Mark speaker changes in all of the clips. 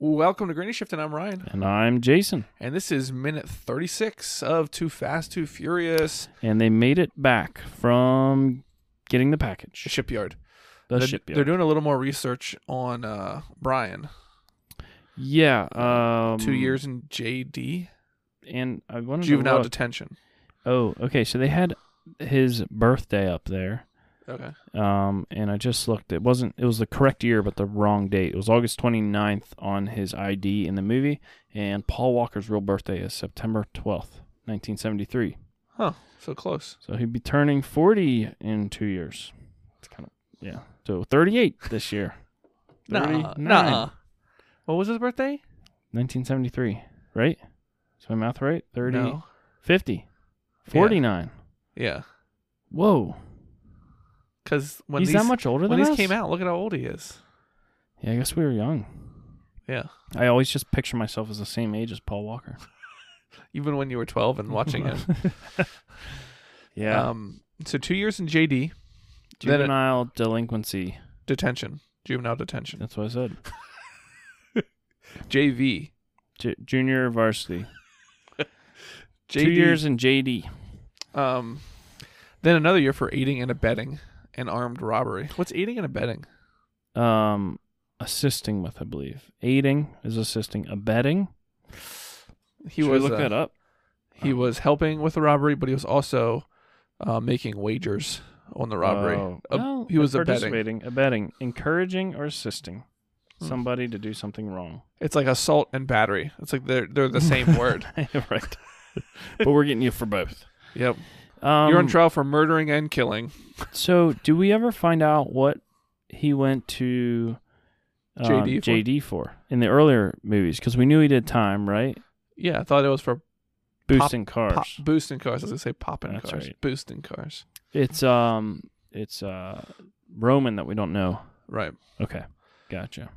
Speaker 1: Welcome to Granny Shift, and I'm Ryan.
Speaker 2: And I'm Jason.
Speaker 1: And this is minute 36 of Too Fast, Too Furious
Speaker 2: And they made it back from getting the package.
Speaker 1: Shipyard.
Speaker 2: The
Speaker 1: they're,
Speaker 2: shipyard.
Speaker 1: They're doing a little more research on uh, Brian.
Speaker 2: yeah. Um, Mm,
Speaker 1: Two years in JD,
Speaker 2: And I wanted
Speaker 1: juvenile
Speaker 2: to. Look.
Speaker 1: detention.
Speaker 2: oh, okay. So they had his birthday up there.
Speaker 1: Okay.
Speaker 2: Um, and I just looked. It wasn't. It was the correct year, but the wrong date. It was August 29th on his ID in the movie. And Paul Walker's real birthday is September 12th, 1973.
Speaker 1: Huh. So close.
Speaker 2: So he'd be turning 40 in two years. It's kind of yeah. So 38 this year.
Speaker 1: Nah.
Speaker 2: 39.
Speaker 1: Nah. What was his birthday?
Speaker 2: 1973, right? Is my math right? 30,
Speaker 1: No.
Speaker 2: 50, 49.
Speaker 1: Yeah.
Speaker 2: Whoa.
Speaker 1: Because when
Speaker 2: he's
Speaker 1: these,
Speaker 2: that much older
Speaker 1: when
Speaker 2: than
Speaker 1: these
Speaker 2: us?
Speaker 1: came out, look at how old he is.
Speaker 2: Yeah, I guess we were young.
Speaker 1: Yeah.
Speaker 2: I always just picture myself as the same age as Paul Walker.
Speaker 1: Even when you were 12 and watching him.
Speaker 2: yeah.
Speaker 1: Um, so two years in JD, then it-
Speaker 2: Juvenile delinquency.
Speaker 1: detention, juvenile detention.
Speaker 2: That's what I said.
Speaker 1: JV.
Speaker 2: J- junior varsity.
Speaker 1: JD.
Speaker 2: Two years in JD.
Speaker 1: Um, then another year for aiding and abetting and armed robbery. What's aiding and abetting?
Speaker 2: Um, assisting with, I believe. Aiding is assisting. Abetting.
Speaker 1: He
Speaker 2: Should we
Speaker 1: was
Speaker 2: look
Speaker 1: uh,
Speaker 2: that up. Uh-huh.
Speaker 1: he was helping with the robbery, but he was also uh, making wagers on the robbery.
Speaker 2: Oh.
Speaker 1: Ab-
Speaker 2: Well,
Speaker 1: he was abetting.
Speaker 2: participating, abetting, encouraging or assisting
Speaker 1: Hmm.
Speaker 2: somebody to do something wrong.
Speaker 1: It's like assault and battery. It's like they're they're the same word.
Speaker 2: right. but we're getting you for both.
Speaker 1: Yep.
Speaker 2: Um,
Speaker 1: You're on trial for murdering and killing.
Speaker 2: So, do we ever find out what he went to um,
Speaker 1: JD for?
Speaker 2: JD for in the earlier movies? Because we knew he did time, right?
Speaker 1: Yeah, I thought it was for
Speaker 2: Boosting cars.
Speaker 1: pop, boosting cars. I was gonna say popping
Speaker 2: That's
Speaker 1: cars,
Speaker 2: right.
Speaker 1: boosting cars.
Speaker 2: It's um, it's uh, Roman that we don't know.
Speaker 1: Right.
Speaker 2: Okay, gotcha.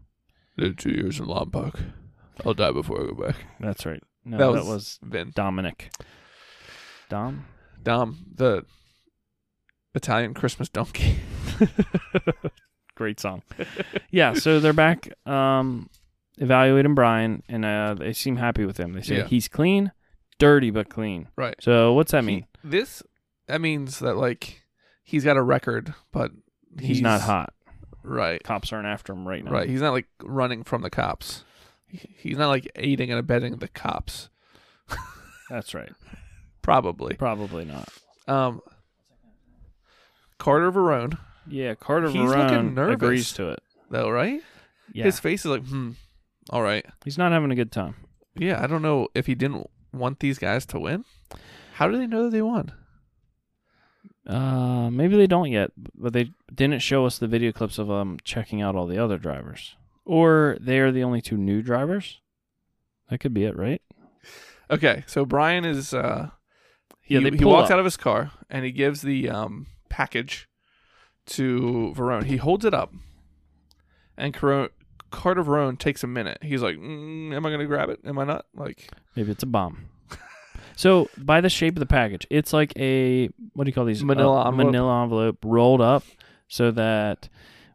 Speaker 1: Did two years in Lompoc. I'll die before I go back.
Speaker 2: That's right. No,
Speaker 1: That
Speaker 2: that
Speaker 1: was-
Speaker 2: was,
Speaker 1: Vin
Speaker 2: Dominic. Dom.
Speaker 1: Dom, the Italian Christmas donkey.
Speaker 2: great song. yeah, so they're back um, evaluating Brian, and uh, they seem happy with him. They say
Speaker 1: Yeah.
Speaker 2: he's clean, dirty but clean.
Speaker 1: Right.
Speaker 2: So what's that
Speaker 1: He-
Speaker 2: mean?
Speaker 1: this that means that like he's got a record, but he's,
Speaker 2: He's, not hot.
Speaker 1: Right.
Speaker 2: Cops aren't after him right now.
Speaker 1: Right. He's not like running from the cops. He- He's not like aiding and abetting the cops.
Speaker 2: That's right.
Speaker 1: Probably.
Speaker 2: Probably not.
Speaker 1: Um. Carter Verone,
Speaker 2: Yeah, Carter
Speaker 1: He's looking
Speaker 2: Verone
Speaker 1: nervous.
Speaker 2: agrees to it.
Speaker 1: though, right?
Speaker 2: Yeah,
Speaker 1: His face is like, hmm. All right.
Speaker 2: he's not having a good time.
Speaker 1: Yeah. I don't know if he didn't want these guys to win. How do they know that they won?
Speaker 2: Uh, maybe they don't yet, but they didn't show us the video clips of um checking out all the other drivers, or they are the only two new drivers. That could be it, right?
Speaker 1: Okay, so Brian is uh he,
Speaker 2: Yeah, they
Speaker 1: he
Speaker 2: pull
Speaker 1: walks
Speaker 2: up.
Speaker 1: out of his car and he gives the um package to Verone. He holds it up and Caro- Carter Verone takes a minute. He's like, mm, "Am I going to grab it? Am I not?" Like,
Speaker 2: Maybe it's a bomb. so by the shape of the package, it's like a what do you call these?
Speaker 1: Manila
Speaker 2: Uh,
Speaker 1: envelope.
Speaker 2: Manila envelope rolled up, so that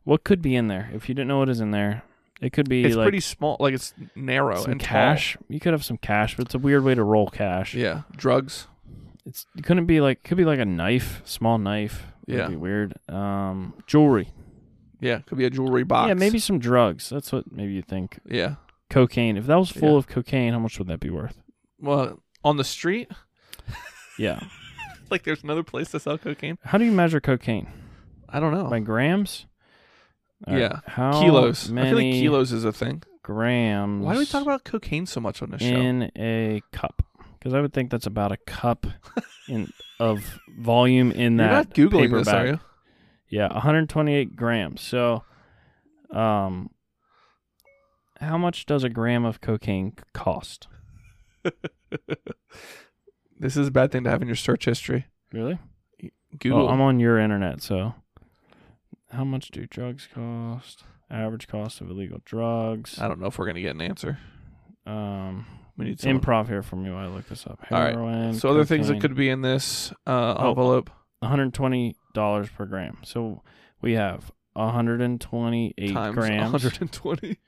Speaker 2: what could be in there? If you didn't know what is in there, it could be
Speaker 1: it's
Speaker 2: like
Speaker 1: pretty small. Like it's narrow
Speaker 2: some
Speaker 1: and tall.
Speaker 2: cash. You could have some cash, but it's a weird way to roll cash.
Speaker 1: Yeah, drugs.
Speaker 2: It's it couldn't be like could be like a knife, small knife.
Speaker 1: Yeah.
Speaker 2: That'd be weird. Um, jewelry.
Speaker 1: Yeah, could be a jewelry box.
Speaker 2: Yeah, maybe some drugs. That's what maybe you think.
Speaker 1: Yeah.
Speaker 2: Cocaine. If that was full
Speaker 1: Yeah.
Speaker 2: of cocaine, how much would that be worth?
Speaker 1: Well, on the street,
Speaker 2: Yeah.
Speaker 1: like there's another place to sell cocaine.
Speaker 2: How do you measure cocaine?
Speaker 1: I don't know.
Speaker 2: By grams? All
Speaker 1: Oh. Yeah.
Speaker 2: How
Speaker 1: kilos.
Speaker 2: Many
Speaker 1: I feel like kilos is a thing.
Speaker 2: grams.
Speaker 1: Why do we talk about cocaine so much on this show?
Speaker 2: in a cup? Because I would think that's about a cup in of volume in
Speaker 1: You're
Speaker 2: that
Speaker 1: not googling this,
Speaker 2: paperback.
Speaker 1: are you?
Speaker 2: Yeah, 128 grams. So, um, how much does a gram of cocaine cost?
Speaker 1: This is a bad thing to have in your search history.
Speaker 2: Really?
Speaker 1: Google.
Speaker 2: Well, Oh, I'm on your internet, so how much do drugs cost? Average cost of illegal drugs.
Speaker 1: I don't know if we're gonna get an answer.
Speaker 2: Um,
Speaker 1: We need someone.
Speaker 2: improv here for me while I look this up.
Speaker 1: All right.
Speaker 2: Heroin.
Speaker 1: so other things that
Speaker 2: cocaine.
Speaker 1: could be in this uh,
Speaker 2: Oh.
Speaker 1: envelope.
Speaker 2: $120 per gram. So we have 128
Speaker 1: times
Speaker 2: grams
Speaker 1: 120.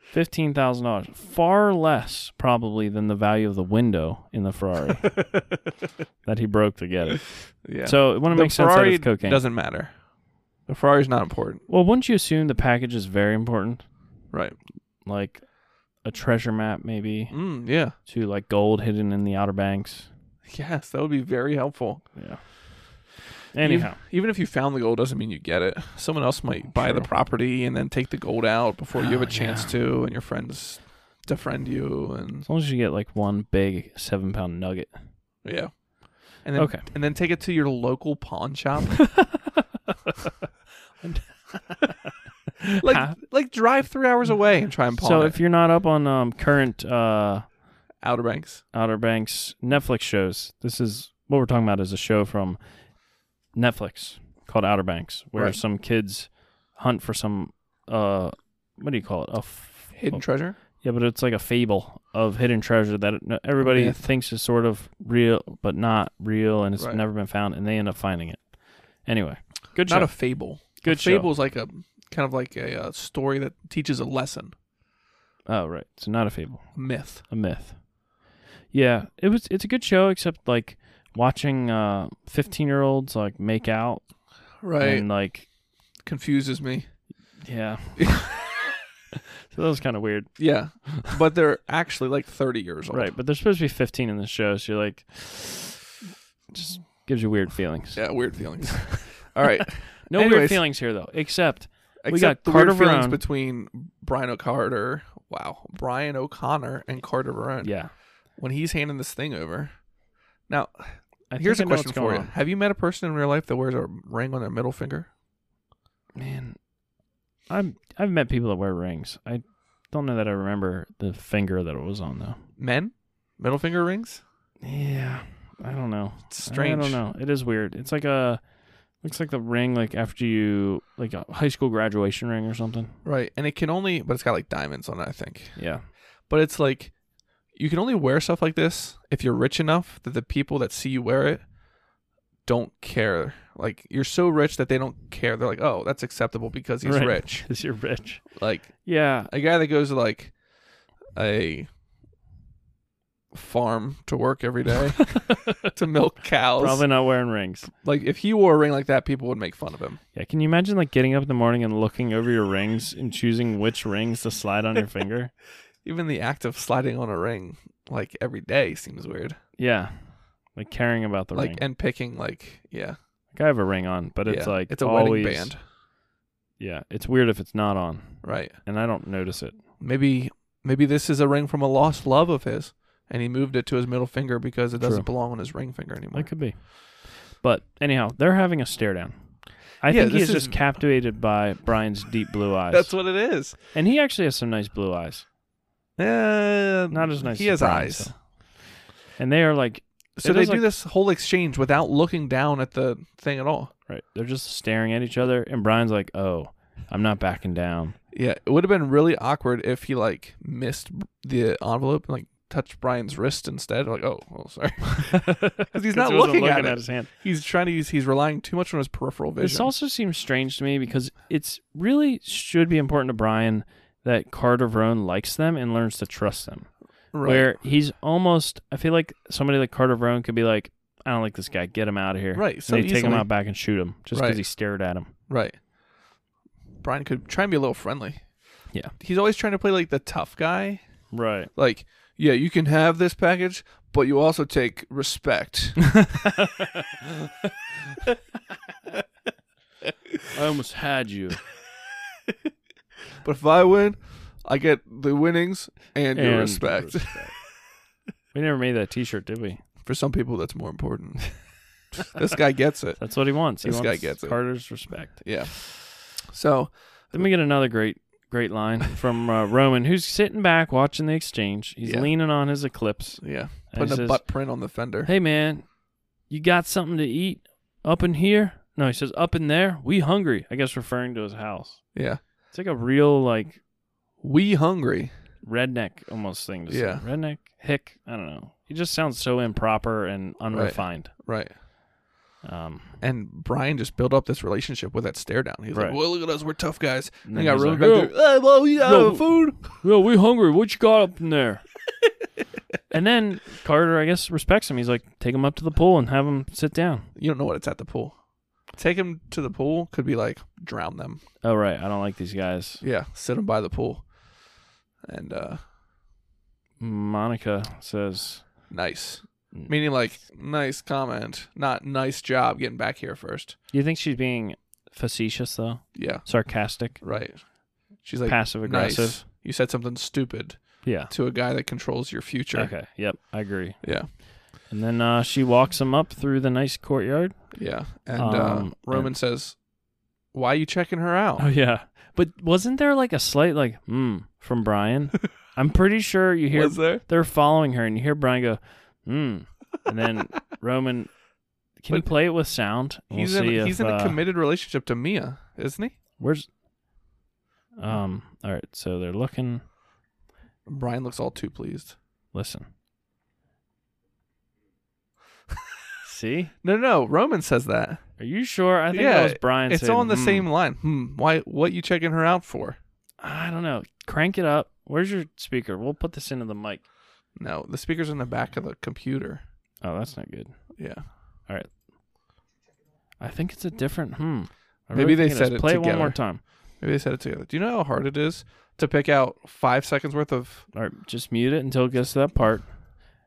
Speaker 2: Fifteen thousand dollars, far less probably than the value of the window in the Ferrari that he broke to get it.
Speaker 1: yeah.
Speaker 2: So it wouldn't
Speaker 1: The
Speaker 2: make sense that
Speaker 1: Ferrari
Speaker 2: it's cocaine.
Speaker 1: doesn't matter. The Ferrari's not important,
Speaker 2: Well, wouldn't you assume the package is very important,
Speaker 1: right?
Speaker 2: like a treasure map, maybe
Speaker 1: Mm, yeah.
Speaker 2: to like gold hidden in the Outer Banks?
Speaker 1: Yes, that would be very helpful.
Speaker 2: Yeah. Anyhow,
Speaker 1: Even if you found the gold, doesn't mean you get it. Someone else might buy the
Speaker 2: True.
Speaker 1: property and then take the gold out before you have
Speaker 2: Oh,
Speaker 1: a chance
Speaker 2: yeah.
Speaker 1: to, and your friends defriend you, and
Speaker 2: as long as you get like one big seven-pound nugget.
Speaker 1: yeah. And then,
Speaker 2: Okay.
Speaker 1: and then take it to your local pawn shop. like, like drive three hours away and try and pawn
Speaker 2: So
Speaker 1: it.
Speaker 2: if you're not up on um, current uh,
Speaker 1: Outer Banks.
Speaker 2: Outer Banks Netflix shows, this is what we're talking about is a show from Netflix called Outer Banks, where
Speaker 1: Right.
Speaker 2: some kids hunt for some uh, what do you call it? A f-
Speaker 1: Hidden treasure.
Speaker 2: Yeah, but it's like a fable of hidden treasure that it- no- everybody
Speaker 1: myth.
Speaker 2: thinks is sort of real, but not real, and it's
Speaker 1: Right.
Speaker 2: never been found, and they end up finding it. Anyway, good
Speaker 1: Not
Speaker 2: show.
Speaker 1: a fable.
Speaker 2: good
Speaker 1: a
Speaker 2: show.
Speaker 1: fable is like a kind of like a, uh story that teaches a lesson,
Speaker 2: oh, right. So not a fable,
Speaker 1: a myth.
Speaker 2: a myth. Yeah, it was. It's a good show, except like watching uh fifteen-year-olds like make out
Speaker 1: Right.
Speaker 2: and like
Speaker 1: Confuses me.
Speaker 2: yeah. so that was kind of weird,
Speaker 1: Yeah, but they're actually like thirty years old.
Speaker 2: right? But they're supposed to be fifteen in the show, so you're like, just gives you weird feelings.
Speaker 1: Yeah, weird feelings. All right.
Speaker 2: No weird
Speaker 1: Anyways.
Speaker 2: feelings here though, except We
Speaker 1: Except
Speaker 2: got
Speaker 1: the
Speaker 2: Carter
Speaker 1: weird feelings
Speaker 2: Verone.
Speaker 1: between Brian O'Carter. Wow, Brian O'Connor and Carter Verone.
Speaker 2: yeah.
Speaker 1: When he's handing this thing over. Now,
Speaker 2: I
Speaker 1: here's a
Speaker 2: think I know
Speaker 1: question
Speaker 2: what's
Speaker 1: for
Speaker 2: going
Speaker 1: you:
Speaker 2: on.
Speaker 1: Have you met a person in real life that wears a ring on their middle finger?
Speaker 2: Man, I'm I've met people that wear rings. I don't know that I remember the finger that it was on though.
Speaker 1: Men, middle finger rings.
Speaker 2: Yeah, I don't know.
Speaker 1: It's
Speaker 2: I-
Speaker 1: strange.
Speaker 2: I don't know. It is weird. It's like a looks like the ring like after you like a high school graduation ring or something.
Speaker 1: Right, and it can only, but it's got like diamonds on it, I think.
Speaker 2: Yeah.
Speaker 1: But it's like you can only wear stuff like this if you're rich enough that the people that see you wear it don't care. Like you're so rich that they don't care. They're like, oh, that's acceptable because he's
Speaker 2: Right.
Speaker 1: rich.
Speaker 2: Cuz you're rich.
Speaker 1: Like
Speaker 2: Yeah.
Speaker 1: a guy that goes to like a farm to work every day to milk cows.
Speaker 2: Probably not wearing rings.
Speaker 1: Like if he wore a ring like that, people would make fun of him.
Speaker 2: Yeah, can you imagine like getting up in the morning and looking over your rings and choosing which rings to slide on your finger?
Speaker 1: Even the act of sliding on a ring like every day seems weird.
Speaker 2: Yeah. Like caring about the
Speaker 1: like
Speaker 2: ring.
Speaker 1: and picking like yeah.
Speaker 2: Like I have a ring on, but it's
Speaker 1: yeah.
Speaker 2: like
Speaker 1: it's a wedding
Speaker 2: always,
Speaker 1: band,
Speaker 2: Yeah, it's weird if it's not on,
Speaker 1: right?
Speaker 2: and I don't notice it.
Speaker 1: maybe maybe this is a ring from a lost love of his and he moved it to his middle finger because it doesn't
Speaker 2: True.
Speaker 1: belong on his ring finger anymore
Speaker 2: That could be. But anyhow, they're having a stare down. I
Speaker 1: Yeah,
Speaker 2: think he's
Speaker 1: this is-
Speaker 2: just captivated by Brian's deep blue eyes.
Speaker 1: that's what it is
Speaker 2: and he actually has some nice blue eyes.
Speaker 1: Eh,
Speaker 2: Not as nice
Speaker 1: he
Speaker 2: as
Speaker 1: has
Speaker 2: Brian's,
Speaker 1: eyes
Speaker 2: though. And they are like
Speaker 1: so
Speaker 2: It
Speaker 1: they
Speaker 2: is
Speaker 1: do
Speaker 2: like-
Speaker 1: this whole exchange without looking down at the thing at all
Speaker 2: right, they're just staring at each other and Brian's like, "Oh, I'm not backing down."
Speaker 1: yeah it would have been really awkward if he like missed b- the envelope and like touched brian's wrist instead like oh well, sorry because he's not
Speaker 2: he wasn't
Speaker 1: looking, at, it
Speaker 2: his hand.
Speaker 1: he's trying to use he's relying too much on his peripheral vision
Speaker 2: This also seems strange to me because it's really should be important to Brian that Carter Verone likes them and learns to trust them.
Speaker 1: right
Speaker 2: where he's almost I feel like somebody like Carter Verone could be like, I don't like this guy, get him out of here.
Speaker 1: Right,
Speaker 2: And
Speaker 1: so
Speaker 2: they take him
Speaker 1: easily.
Speaker 2: out back and shoot him just because
Speaker 1: Right.
Speaker 2: he stared at him.
Speaker 1: Right. Brian could try and be a little friendly.
Speaker 2: Yeah.
Speaker 1: He's always trying to play like the tough guy.
Speaker 2: Right.
Speaker 1: Like, yeah, you can have this package, but you also take respect.
Speaker 2: I almost had you.
Speaker 1: but if I win, I get the winnings and, your
Speaker 2: And
Speaker 1: respect.
Speaker 2: we never made that t shirt, did we?
Speaker 1: For some people, that's more important. this guy gets it.
Speaker 2: That's what he wants. He
Speaker 1: This guy
Speaker 2: wants
Speaker 1: gets it.
Speaker 2: Carter's respect.
Speaker 1: Yeah. So,
Speaker 2: Then we get another great great line from uh, Roman who's sitting back watching the exchange. He's
Speaker 1: Yeah.
Speaker 2: leaning on his eclipse.
Speaker 1: yeah,
Speaker 2: and he
Speaker 1: putting a
Speaker 2: says,
Speaker 1: butt print on the fender.
Speaker 2: Hey man, you got something to eat up in here? No, he says up in there. We hungry. I guess referring to his house.
Speaker 1: Yeah.
Speaker 2: It's like a real like
Speaker 1: We hungry.
Speaker 2: redneck almost thing to
Speaker 1: Yeah.
Speaker 2: say. Redneck hick. I don't know. He just sounds so improper and unrefined.
Speaker 1: Right.
Speaker 2: Um,
Speaker 1: And Brian just built up this relationship with that stare down. He's
Speaker 2: Right.
Speaker 1: like, "Well, look at us, we're tough guys."
Speaker 2: And
Speaker 1: And he
Speaker 2: then
Speaker 1: got really
Speaker 2: he's like, "Oh,
Speaker 1: back there. Hey, well, we got
Speaker 2: no."
Speaker 1: food.
Speaker 2: Yo, we hungry. What you got up in there? and then Carter, I guess, respects him. He's like, take him up to the pool and have him sit down.
Speaker 1: You don't know what it's at the pool. Take him to the pool could be like drown them.
Speaker 2: Oh right, I don't like these guys.
Speaker 1: Yeah, sit him by the pool. And uh
Speaker 2: Monica says,
Speaker 1: nice.
Speaker 2: Mm.
Speaker 1: Meaning like nice comment, not nice job getting back here first.
Speaker 2: "Do you think she's being facetious though?
Speaker 1: Yeah,
Speaker 2: Sarcastic,
Speaker 1: right. She's like
Speaker 2: passive aggressive?"
Speaker 1: Nice. You said something stupid
Speaker 2: Yeah.
Speaker 1: to a guy that controls your future.
Speaker 2: Okay. Yep. I agree.
Speaker 1: Yeah.
Speaker 2: And then uh, she walks him up through the nice courtyard.
Speaker 1: Yeah. And
Speaker 2: Um,
Speaker 1: uh, Roman says, Why you checking her out?
Speaker 2: Oh yeah. But wasn't there like a slight like hmm from Brian? I'm pretty sure you hear
Speaker 1: Was there?
Speaker 2: they're following her and you hear Brian go, hmm. And then Roman, can you
Speaker 1: But
Speaker 2: play it with sound? We'll
Speaker 1: He's in
Speaker 2: see
Speaker 1: he's
Speaker 2: if,
Speaker 1: in a
Speaker 2: uh,
Speaker 1: committed relationship to Mia, isn't he?
Speaker 2: Where's. Um. All right. So they're looking.
Speaker 1: Brian looks all too pleased.
Speaker 2: Listen. see?
Speaker 1: No, no, no. Roman says that.
Speaker 2: Are you sure? I think that
Speaker 1: Yeah,
Speaker 2: was Brian
Speaker 1: it's
Speaker 2: saying,
Speaker 1: all on the
Speaker 2: "Hmm."
Speaker 1: same line. Hmm. Why? What you checking her out for?
Speaker 2: I don't know. Crank it up. Where's your speaker? We'll put this into the mic.
Speaker 1: No, the speaker's in the back of the computer.
Speaker 2: Oh, that's not good.
Speaker 1: Yeah.
Speaker 2: I think it's a different. Hmm. I
Speaker 1: Maybe they
Speaker 2: think
Speaker 1: said
Speaker 2: is.
Speaker 1: it
Speaker 2: Play it one more
Speaker 1: together.
Speaker 2: time.
Speaker 1: Maybe they said it together. Do you know how hard it is to pick out five seconds worth of?
Speaker 2: All right, just mute it until it gets to that part.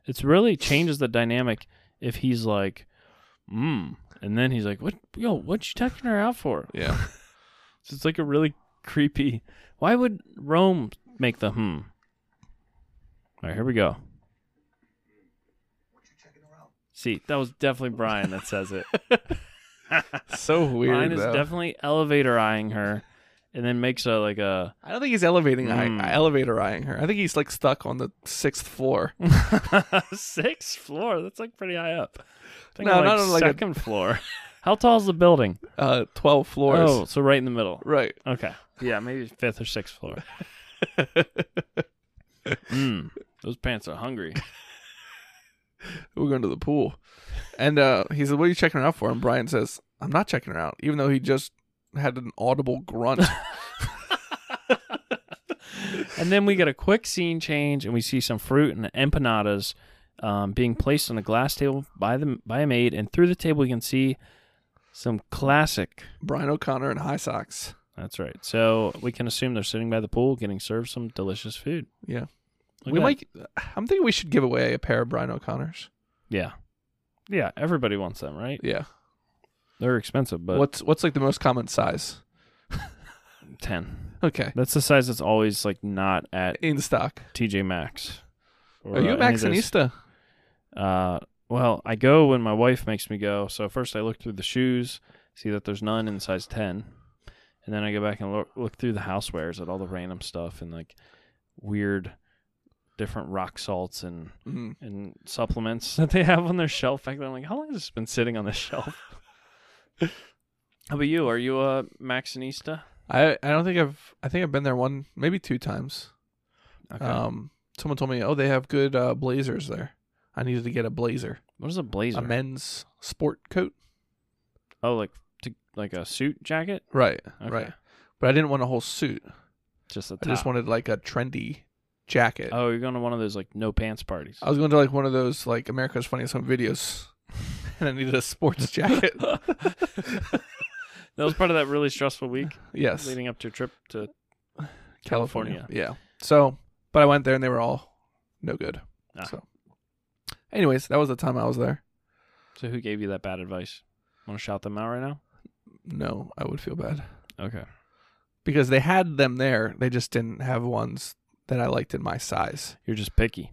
Speaker 2: It's really changes the dynamic if he's like, hmm, and then he's like, what? Yo, what you checking her out for?
Speaker 1: Yeah.
Speaker 2: So it's like a really creepy. Why would Rome make the hmm? All right, here we go. See, that was definitely Brian that says it.
Speaker 1: so weird.
Speaker 2: Brian is
Speaker 1: though.
Speaker 2: definitely elevator eyeing her, and then makes a like a.
Speaker 1: I don't think he's elevating
Speaker 2: Mm.
Speaker 1: eye, elevator eyeing her. I think he's like stuck on the sixth floor.
Speaker 2: Sixth floor. That's like pretty high up. I think
Speaker 1: No,
Speaker 2: I'm,
Speaker 1: not
Speaker 2: like
Speaker 1: on, like, a-
Speaker 2: second floor. How tall is the building?
Speaker 1: Uh, twelve floors.
Speaker 2: Oh, so right in the middle.
Speaker 1: Right.
Speaker 2: Okay. Yeah, maybe fifth or sixth floor. mm, those pants are hungry.
Speaker 1: We're going to the pool, and uh, he said, "What are you checking her out for?" And Brian says, "I'm not checking her out," even though he just had an audible grunt.
Speaker 2: And then we get a quick scene change, and we see some fruit and empanadas um, being placed on a glass table by the by a maid, and through the table we can see some classic.
Speaker 1: Brian O'Connor in high socks.
Speaker 2: That's right. So we can assume they're sitting by the pool, getting served some delicious food.
Speaker 1: Yeah.
Speaker 2: Look
Speaker 1: we
Speaker 2: at
Speaker 1: might. I'm thinking we should give away a pair of Brian O'Connors.
Speaker 2: that. Yeah. Yeah, everybody wants them, right?
Speaker 1: Yeah.
Speaker 2: They're expensive, but
Speaker 1: what's what's like the most common size?
Speaker 2: ten.
Speaker 1: Okay.
Speaker 2: That's the size that's always like not at
Speaker 1: In stock.
Speaker 2: TJ Maxx. or,
Speaker 1: Are you
Speaker 2: uh,
Speaker 1: a
Speaker 2: any of those-
Speaker 1: Maxinista?
Speaker 2: Uh, well, I go when my wife makes me go. So first I look through the shoes, see that there's none in size ten, and then I go back and look, look through the housewares at all the random stuff and like weird, different rock salts and
Speaker 1: Mm.
Speaker 2: and supplements that they have on their shelf back there. I'm like, how long has this been sitting on this shelf? how about you? Are you a Maxinista?
Speaker 1: I I don't think I've I think I've been there one maybe two times. Um, someone told me, oh, they have good uh, blazers there. I needed to get a blazer,
Speaker 2: what is a blazer?
Speaker 1: a men's sport coat.
Speaker 2: oh, like to, like a suit jacket.
Speaker 1: Right.
Speaker 2: Okay.
Speaker 1: Right. But I didn't want a whole suit.
Speaker 2: Just a
Speaker 1: I
Speaker 2: top.
Speaker 1: just wanted like a trendy jacket.
Speaker 2: oh, you're going to one of those like no pants parties.
Speaker 1: I was going to like one of those like America's Funniest Home Videos, and I needed a sports jacket.
Speaker 2: that was part of that really stressful week
Speaker 1: yes.
Speaker 2: leading up to your trip to California.
Speaker 1: Yeah. So, but I went there and they were all no good.
Speaker 2: Ah.
Speaker 1: So, anyways, that was the time I was there.
Speaker 2: So who gave you that bad advice? Want to shout them out right now?
Speaker 1: No, I would feel bad
Speaker 2: Okay.
Speaker 1: because they had them there. They just didn't have ones that I liked in my size.
Speaker 2: You're just picky.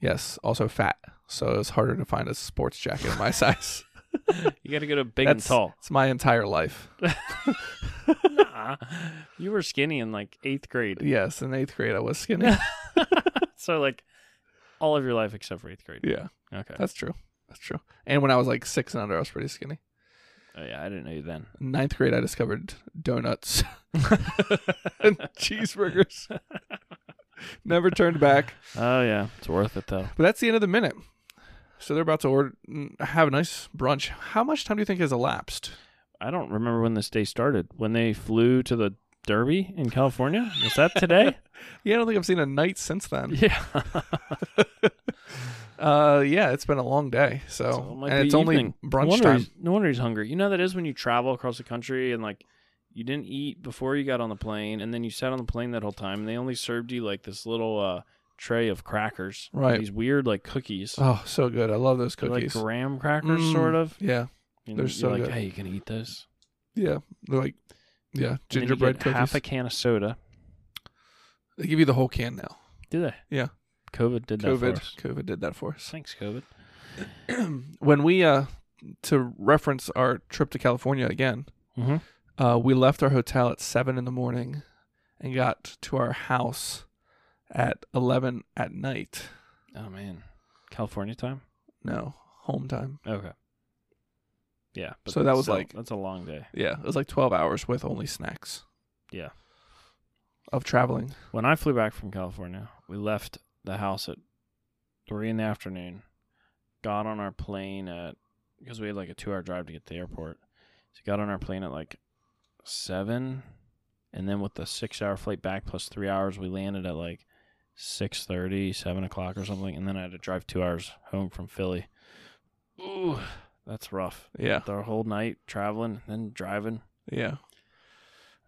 Speaker 1: Yes. Also fat. So it was harder to find a sports jacket in my size.
Speaker 2: You got to go to big and
Speaker 1: That's
Speaker 2: tall.
Speaker 1: It's my entire life.
Speaker 2: nah. You were skinny in like 8th grade.
Speaker 1: Yes. In eighth grade, I was skinny.
Speaker 2: so like all of your life except for 8th grade.
Speaker 1: yeah.
Speaker 2: Okay.
Speaker 1: That's true. That's true. And when I was like six and under, I was pretty skinny.
Speaker 2: Oh, yeah, I didn't know you then.
Speaker 1: Ninth grade, I discovered donuts and cheeseburgers. Never turned back.
Speaker 2: Oh yeah, it's worth it though.
Speaker 1: But that's the end of the minute. So they're about to order, mm, have a nice brunch. How much time do you think has elapsed?
Speaker 2: I don't remember when this day started. When they flew to the Derby in California? Was that today?
Speaker 1: Yeah, I don't think I've seen a night since then.
Speaker 2: yeah.
Speaker 1: Uh, yeah, it's been a long day. So,
Speaker 2: So it might
Speaker 1: and
Speaker 2: be
Speaker 1: it's
Speaker 2: evening.
Speaker 1: only
Speaker 2: no
Speaker 1: brunch
Speaker 2: wonder
Speaker 1: time.
Speaker 2: He's, no wonder he's hungry. You know how that is when you travel across the country and like you didn't eat before you got on the plane, and then you sat on the plane that whole time, and they only served you like this little uh, tray of crackers,
Speaker 1: Right.
Speaker 2: These weird like cookies,
Speaker 1: Oh, so good. I love those
Speaker 2: They're
Speaker 1: cookies.
Speaker 2: like graham crackers,
Speaker 1: Mm.
Speaker 2: sort of.
Speaker 1: yeah.
Speaker 2: And
Speaker 1: They're
Speaker 2: you're
Speaker 1: so
Speaker 2: like,
Speaker 1: good.
Speaker 2: hey, you can eat this.
Speaker 1: Yeah. They're like, yeah,
Speaker 2: And then you
Speaker 1: gingerbread
Speaker 2: get
Speaker 1: cookies.
Speaker 2: half a can of soda.
Speaker 1: They give you the whole can now.
Speaker 2: Do they?
Speaker 1: Yeah.
Speaker 2: COVID did that
Speaker 1: COVID.
Speaker 2: for us.
Speaker 1: COVID did that for us.
Speaker 2: Thanks, COVID.
Speaker 1: when we, uh, to reference our trip to California again,
Speaker 2: Mm-hmm.
Speaker 1: uh, we left our hotel at seven in the morning and got to our house at 11 at night.
Speaker 2: Oh man, California time.
Speaker 1: No, home time.
Speaker 2: Okay. Yeah.
Speaker 1: So that was
Speaker 2: still,
Speaker 1: like-
Speaker 2: that's a long day.
Speaker 1: Yeah, it was like 12 hours with only snacks.
Speaker 2: Yeah.
Speaker 1: Of traveling.
Speaker 2: When I flew back from California, we left the house at three in the afternoon, got on our plane at because we had like a two hour drive to get to the airport. So got on our plane at like seven and then with the six hour flight back plus three hours we landed at like 6.30 7 o'clock or something and then i had to drive two hours home from philly ooh that's rough
Speaker 1: Yeah.
Speaker 2: the whole night traveling then driving
Speaker 1: Yeah.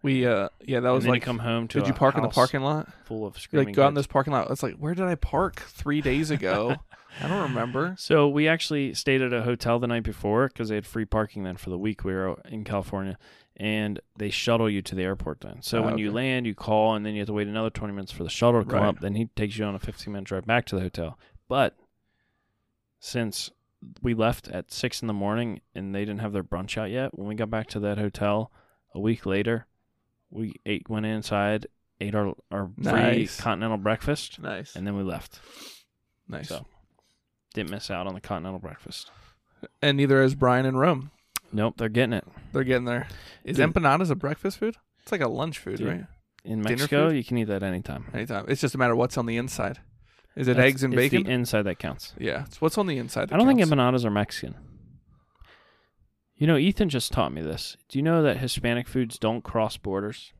Speaker 1: We, uh, yeah, that
Speaker 2: I
Speaker 1: was
Speaker 2: was
Speaker 1: like,
Speaker 2: come home to
Speaker 1: did you
Speaker 2: a
Speaker 1: park in the
Speaker 2: house
Speaker 1: parking lot?
Speaker 2: full of
Speaker 1: You,
Speaker 2: screaming
Speaker 1: like, go out in
Speaker 2: kids.
Speaker 1: this parking lot. It's like, where did I park three days ago? I don't remember.
Speaker 2: So we actually stayed at a hotel the night before because they had free parking then for the week we were in California, and they shuttle you to the airport then. So
Speaker 1: Oh,
Speaker 2: when you
Speaker 1: okay.
Speaker 2: land, you call, and then you have to wait another twenty minutes for the shuttle to come
Speaker 1: Right.
Speaker 2: up. Then he takes you on a fifteen minute drive back to the hotel. But since we left at six in the morning and they didn't have their brunch out yet, when we got back to that hotel a week later, we ate went inside, ate our our free
Speaker 1: Nice.
Speaker 2: continental breakfast,
Speaker 1: Nice.
Speaker 2: and then we left.
Speaker 1: nice.
Speaker 2: So didn't miss out on the continental breakfast.
Speaker 1: And neither is Brian and Rome.
Speaker 2: Nope, they're getting it.
Speaker 1: They're getting there. Is
Speaker 2: Dude.
Speaker 1: empanadas a breakfast food? It's like a lunch food,
Speaker 2: Dude.
Speaker 1: right?
Speaker 2: In
Speaker 1: Dinner
Speaker 2: Mexico,
Speaker 1: food?
Speaker 2: you can eat that anytime.
Speaker 1: Anytime. It's just a matter of what's on the inside. Is it
Speaker 2: That's-
Speaker 1: eggs and
Speaker 2: it's
Speaker 1: bacon?
Speaker 2: the inside that counts.
Speaker 1: yeah. It's what's on the inside. that
Speaker 2: I don't think
Speaker 1: counts.
Speaker 2: empanadas are Mexican. You know, Ethan just taught me this. Do you know that Hispanic foods don't cross borders?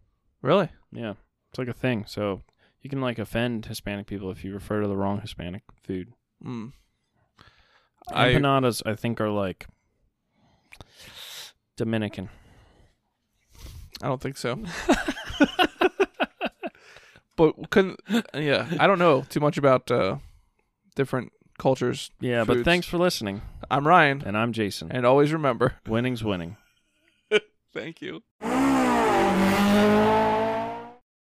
Speaker 1: really.
Speaker 2: Yeah, it's like a thing. So you can like offend Hispanic people if you refer to the wrong Hispanic food.
Speaker 1: Mm. I
Speaker 2: Empanadas, I think, are like Dominican.
Speaker 1: I don't think so. but couldn't yeah. I don't know too much about uh, different cultures.
Speaker 2: Yeah,
Speaker 1: Foods.
Speaker 2: but thanks for listening.
Speaker 1: I'm Ryan,
Speaker 2: And I'm Jason.
Speaker 1: and always remember.
Speaker 2: Winning's winning.
Speaker 1: Thank you.